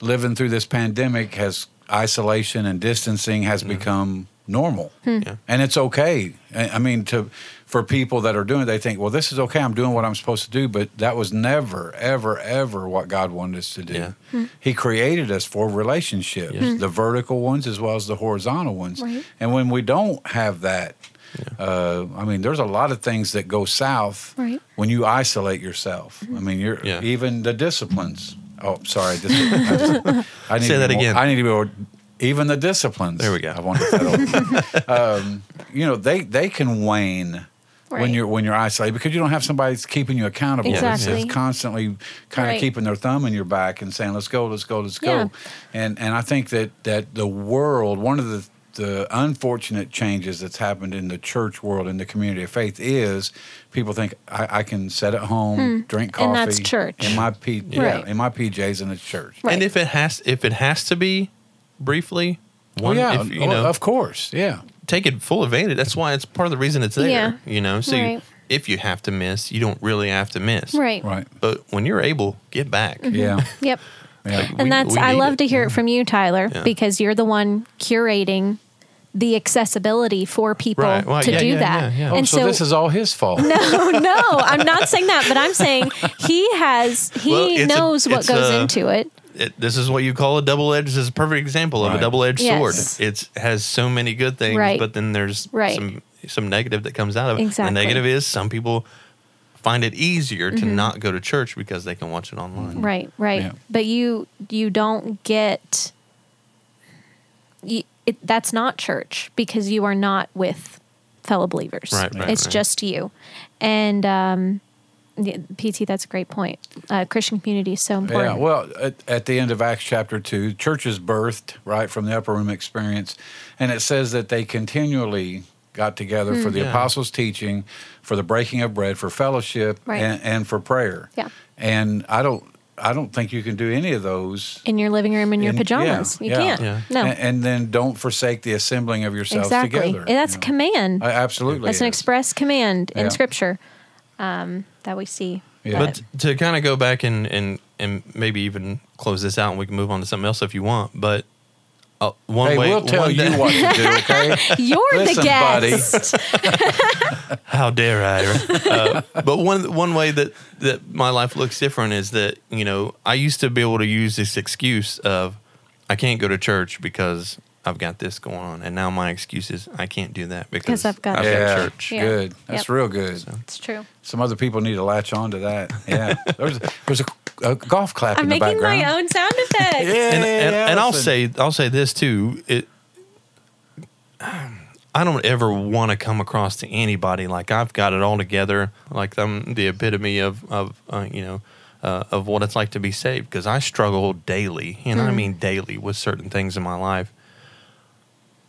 living through this pandemic has isolation and distancing has become normal. Mm-hmm. Hmm. Yeah. And it's okay. I I mean, to for people that are doing, it, they think, well, this is okay. I'm doing what I'm supposed to do. But that was never, ever, ever what God wanted us to do. Yeah. He created us for relationships, the vertical ones as well as the horizontal ones. Right. And when we don't have that, uh, I mean, there's a lot of things that go south Right. when you isolate yourself. I mean, you're Yeah. even the disciplines. Oh, sorry. Dis- I, just, I need Say to that be more- again. I need to be more. Even the disciplines. There we go. I want to um, you know, they they can wane Right. when you're when you're isolated because you don't have somebody that's keeping you accountable. It's- Exactly. It's constantly kind Right. of keeping their thumb in your back and saying, "Let's go, let's go, let's Yeah. go." And and I think that that the world, one of the the unfortunate changes that's happened in the church world in the community of faith is people think I, I can sit at home, drink coffee, Hmm. And that's church. in my p yeah, Right. in my PJs and it's church. Right. And if it has if it has to be briefly, Well, one Oh, yeah, if, you well, know, of course, yeah. take it full advantage. That's why it's part of the reason it's there. Yeah. You know, so you- Right. if you have to miss, you don't really have to miss. Right. Right. But when you're able, get back. Yeah. Yep. Yeah. We- And that's we I need love it. to hear it from you, Tyler, Yeah. because you're the one curating the accessibility for people Right. Well, to yeah, do yeah, that. yeah, yeah. Oh, And so, this is all his fault. no, no, I'm not saying that, but I'm saying he has he Well, it's a- knows what it's goes a- into it. It- this is what you call a double edged. This is a perfect example of Right. a double edged Yes. sword. It has so many good things, Right. but then there's Right. some some negative that comes out of it. Exactly. The negative is some people find it easier to Mm-hmm. not go to church because they can watch it online. Right, right. Yeah. But you you don't get you, it, that's not church because you are not with fellow believers. Right, right, it's right. just you. And um yeah, PT, that's a great point. Uh, Christian community is so important. Yeah, well, at, at the end of Acts chapter 2, the church is birthed, right, from the upper room experience. And it says that they continually got together Hmm. for the Yeah. apostles' teaching, for the breaking of bread, for fellowship, Right. and, and for prayer. Yeah. And I don't. I don't think you can do any of those. in your living room in your in- yeah, pajamas. you yeah. can't. Yeah. No. And, and then don't forsake the assembling of yourselves exactly. together. And that's you a know. command. I- absolutely. that's an is. express command Yeah. in scripture um, that we see. Yeah. But to kind of go back and, and and maybe even close this out, and we can move on to something else if you want. But uh, one Hey, way, we'll tell one you day- what to do. Okay. You're the Listen, buddy. guest. How dare I? uh, but one one way that that my life looks different is that you know I used to be able to use this excuse of I can't go to church because I've got this going on, and now my excuse is I can't do that because I've got this. yeah. church. Yeah. Good. That's Yep. real good. It's true. Some other people need to latch on to that. Yeah. there's there's a, a golf clap I'm in the making background. my own sound effects. Yeah, and, and, and I'll Allison. say I'll say this too. It, I don't ever want to come across to anybody like I've got it all together, like I'm the epitome of of uh, you know uh, of what it's like to be saved because I struggle daily, and Hmm. I mean daily with certain things in my life.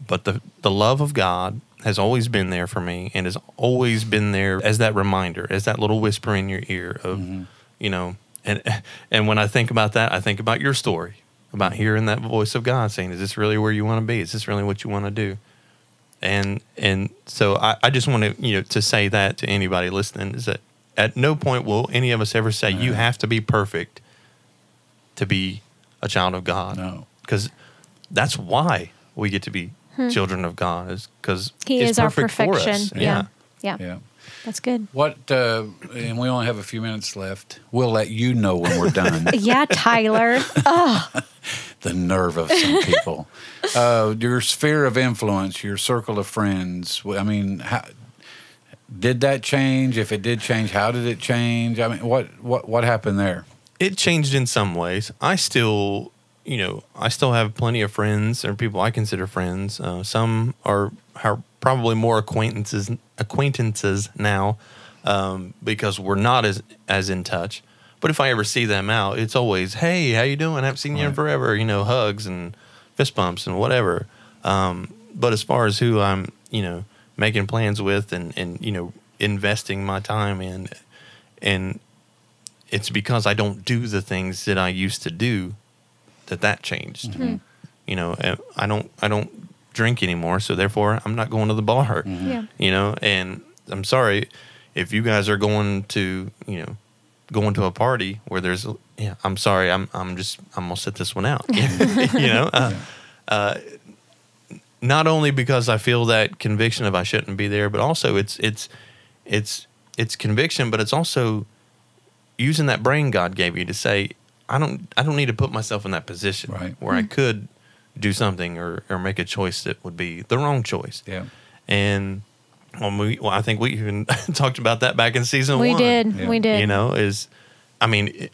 But the the love of God has always been there for me, and has always been there as that reminder, as that little whisper in your ear of, you know, and and when I think about that, I think about your story, about hearing that voice of God saying, "Is this really where you want to be? Is this really what you want to do?" and and so I, I just want to you know to say that to anybody listening is that at no point will any of us ever say you have to be perfect to be a child of God. No. because that's why we get to be children of God is because Hmm. He is our perfection. Yeah. yeah. Yeah. That's good. What? Uh, and we only have a few minutes left. We'll let you know when we're done. Yeah, Tyler. the nerve of some people. uh, your sphere of influence, your circle of friends. wh- I mean, how, did that change? If it did change, how did it change? I mean, what what what happened there? it changed in some ways. I still, you know, I still have plenty of friends or people I consider friends. Uh, some are, are probably more acquaintances acquaintances now um, because we're not as as in touch. But if I ever see them out, it's always, "Hey, how you doing? I haven't seen you in Right. forever." You know, hugs and fist bumps and whatever. Um, but as far as who I'm, you know, making plans with and and you know investing my time in, and it's because I don't do the things that I used to do that that changed. You know, and I don't I don't drink anymore, so therefore I'm not going to the bar. Yeah. You know, and I'm sorry if you guys are going to you know going to a party where there's yeah I'm sorry I'm I'm just I'm gonna sit this one out. you know. Uh, not only because I feel that conviction of I shouldn't be there, but also it's it's it's it's conviction, but it's also using that brain God gave you to say, I don't I don't need to put myself in that position Right. where I Hmm. could do something or, or make a choice that would be the wrong choice. Yeah. And when we well, I think we even talked about that back in season we one. did. Yeah. We did. You know, is I mean, it-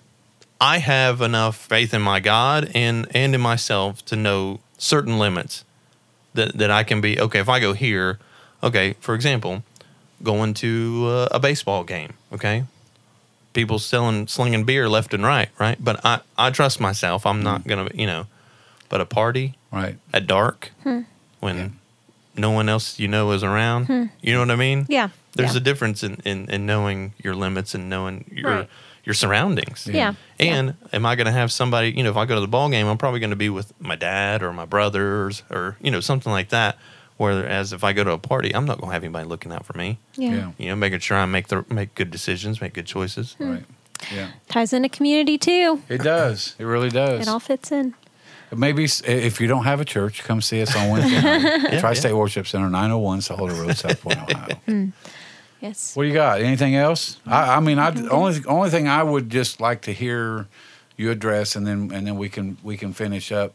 I have enough faith in my God and and in myself to know certain limits that that I can be okay. If I go here, okay, for example, going to uh, a baseball game, okay. People selling slinging beer left and right, right? But I I trust myself. I'm not gonna, you know. But a party Right. at dark when no one else you know is around, you know what I mean? Yeah. there's yeah. a difference in, in, in knowing your limits and knowing your Right. your surroundings. Yeah. Yeah. And am I going to have somebody? You know, if I go to the ball game, I'm probably going to be with my dad or my brothers or you know something like that. Whereas if I go to a party, I'm not going to have anybody looking out for me. yeah. Yeah. You know, making sure I make the make good decisions, make good choices. Hmm. Right. Yeah. Ties into community too. It does. It really does. It all fits in. Maybe s- if you don't have a church, come see us on Wednesday night. Yeah, Tri State Worship Center, 901 Sahota Road, South Point, Ohio. Yes. What do you got? Anything else? I, I mean, I only only thing I would just like to hear you address, and then and then we can we can finish up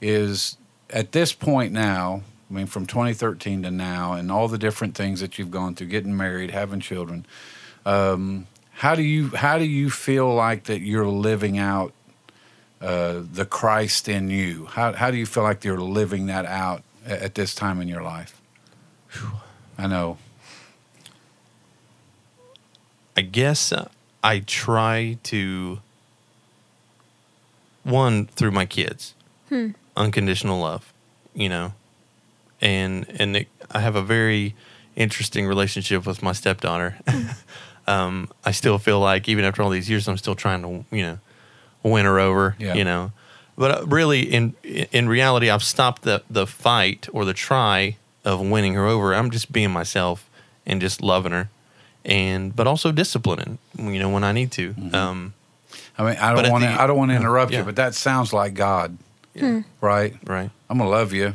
is at this point now. I mean, from 2013 to now, and all the different things that you've gone through, getting married, having children. Um, How do you how do you feel like that you're living out uh, the Christ in you? How how do you feel like you're living that out a- at this time in your life? I know. I guess uh, I try to one through my kids, unconditional love, you know, and and it, I have a very interesting relationship with my stepdaughter. um, I still feel like even after all these years, I'm still trying to you know win her over, Yeah. you know. But uh, really, in in reality, I've stopped the the fight or the try of winning her over. I'm just being myself and just loving her, and but also disciplining, you know, when I need to. Um, I mean, I But don't I want think- to I don't want to interrupt yeah. you, but that sounds like God, yeah, Hmm. right? right, I'm gonna love you,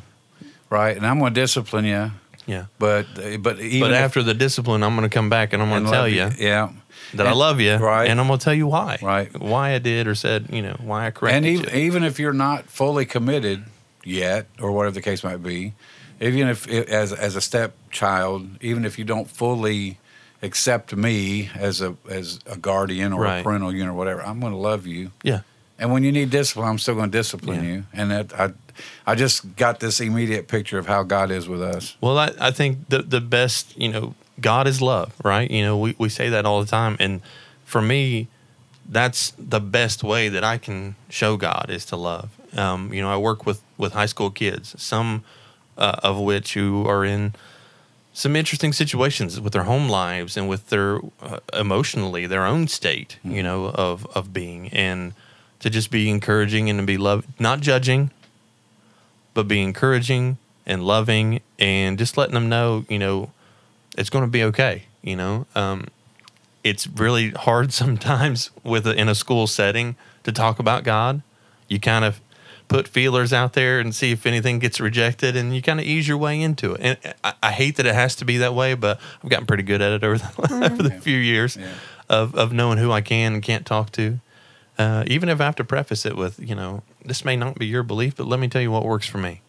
right? And I'm gonna discipline you, yeah. but but even but if- after the discipline, I'm going to come back and I'm going and to love tell you yeah. that I love you, Right. And I'm going to tell you why, Right. Why I did or said, you know, why I corrected and e-, even, you. even if you're not fully committed yet or whatever the case might be even if as as a stepchild even if you don't fully accept me as a as a guardian or Right. a parental unit or whatever i'm going to love you yeah, and when you need discipline i'm still going to discipline Yeah. you and that i i just got this immediate picture of how god is with us Well, I, I think the the best, you know, God is love, right? You know, we, we say that all the time. And for me, that's the best way that I can show God is to love. Um, you know, I work with, with high school kids, some uh, of which who are in some interesting situations with their home lives and with their uh, emotionally their own state, you know, of of being and to just be encouraging and to be love, not judging, but be encouraging and loving and just letting them know, you know, it's going to be okay. You know, um, it's really hard sometimes with a, in a school setting to talk about God. You kind of put feelers out there and see if anything gets rejected, and you kind of ease your way into it. And uh, I, I hate that it has to be that way, but I've gotten pretty good at it over the, over the few years Mm-hmm. Yeah. of of knowing who I can and can't talk to. Uh, even if I have to preface it with, you know, this may not be your belief, but let me tell you what works for me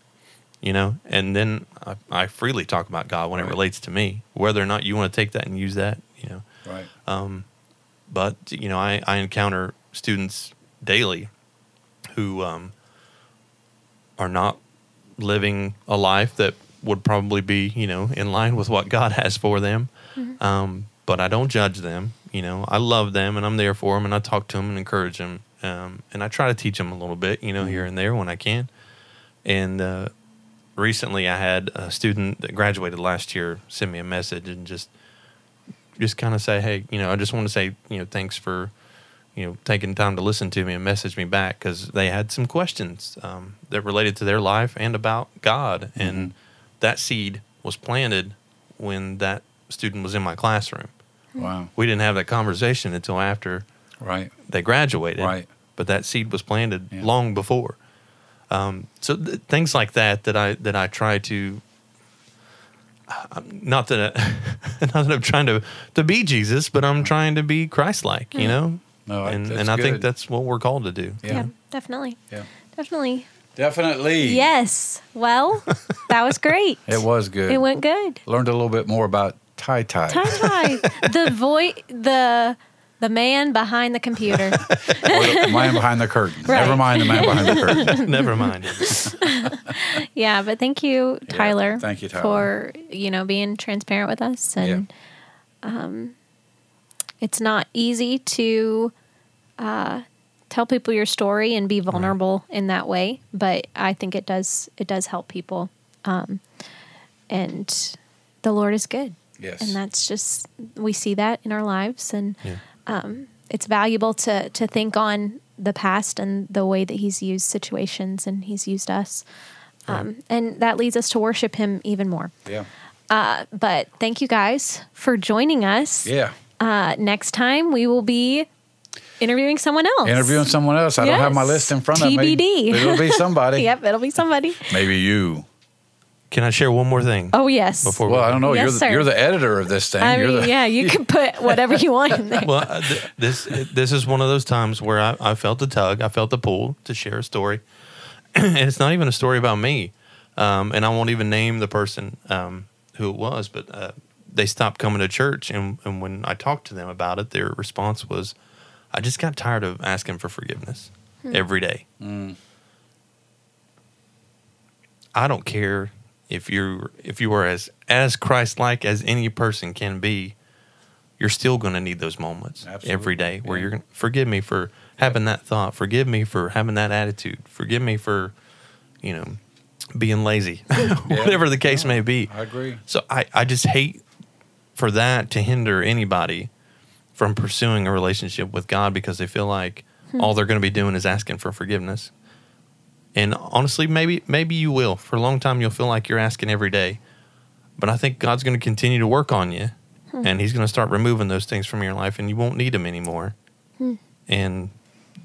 you know and then i, I freely talk about god when it Right. relates to me whether or not you want to take that and use that you know right Uh, but you know i, I encounter students daily who um, are not living a life that would probably be you know in line with what god has for them um, but i don't judge them you know i love them and i'm there for them and i talk to them and encourage them um, and i try to teach them a little bit you know here and there when i can and uh, recently i had a student that graduated last year send me a message and just just kind of say, hey, you know, I just want to say, you know, thanks for, you know, taking time to listen to me and message me back because they had some questions um, that related to their life and about God, and that seed was planted when that student was in my classroom. wow We didn't have that conversation until after right they graduated, Right. But that seed was planted Yeah. long before. Um, so th- things like that that I that I try to. I'm- Not that, I, not that I'm trying to, to be Jesus, but I'm trying to be Christ-like, you know. No, I- and Oh, that's and I think good. that's what we're called to do. yeah yeah yeah, definitely. Definitely. definitely Yes. Well, that was great. it was good It went good. learned a little bit more about tie tie Tie tie. the voice, the the man behind the computer. or the man behind the curtain Right. never mind the man behind the curtain Never mind. yeah, but thank you, Yeah. Tyler. Thank you, Tyler. for you know being transparent with us, and um, it's not easy to uh, tell people your story and be vulnerable in that way. But I think it does it does help people, um, and the Lord is good. Yes. and that's just we see that in our lives and Yeah. it's valuable to to think on the past and the way that he's used situations and he's used us um, and that leads us to worship him even more yeah. but thank you guys for joining us Yeah. uh, next time we will be interviewing someone else Interviewing someone else. I don't have my Yes. list in front of me. TBD. but It'll be somebody. yep it'll be somebody Maybe you. Can I share one more thing? oh yes Before- Well, I don't know. Yes, you're, the, sir. you're the editor of this thing. i you're mean the, yeah you can put whatever you want in there well, uh, th- this this is one of those times where I, I felt the tug, I felt the pull to share a story, and it's not even a story about me, um, and I won't even name the person um, who it was, but uh, they stopped coming to church. And, and when I talked to them about it, their response was, I just got tired of asking for forgiveness every day. Mm. I don't care if you if you are as as Christ like as any person can be, you're still going to need those moments every Absolutely, day where yeah. you're going to forgive me for having that thought, forgive me for having that attitude, forgive me for you know being lazy, whatever the case may be. I agree. So I, I just hate for that to hinder anybody from pursuing a relationship with God because they feel like Hmm. all they're going to be doing is asking for forgiveness. And honestly, maybe maybe you will. For a long time you'll feel like you're asking every day. But I think God's going to continue to work on you Hmm. and he's going to start removing those things from your life and you won't need them anymore. And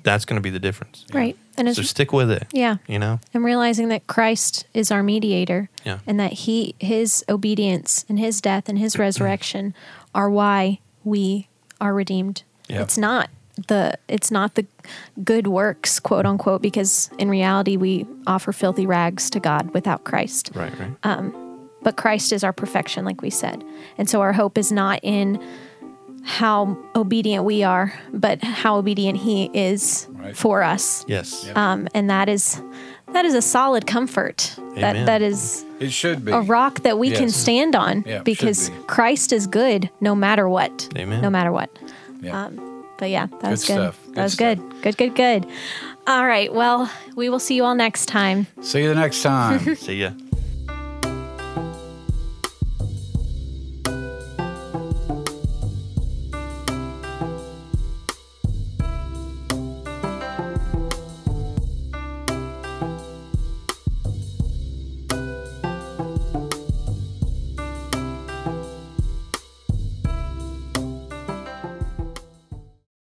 that's going to be the difference. Hmm. Right. And it's So stick with it. yeah. You know? And realizing that Christ is our mediator Yeah. and that he his obedience and his death and his resurrection are why we are redeemed. Yeah. It's not the it's not the good works, quote unquote, because in reality we offer filthy rags to God without Christ. Right, right. Uh, But Christ is our perfection, like we said. And so our hope is not in how obedient we are, but how obedient he is Right. for us yes. um, and that is that is a solid comfort. Amen. That that is It should be. a rock that we can Yes. stand on Yeah, it should because be. Christ is good no matter what. Amen. No matter what. Yeah. But yeah, that was good. stuff. That Good was stuff. good. Good, good, good. All right. Well, we will see you all next time. See you next time. See ya.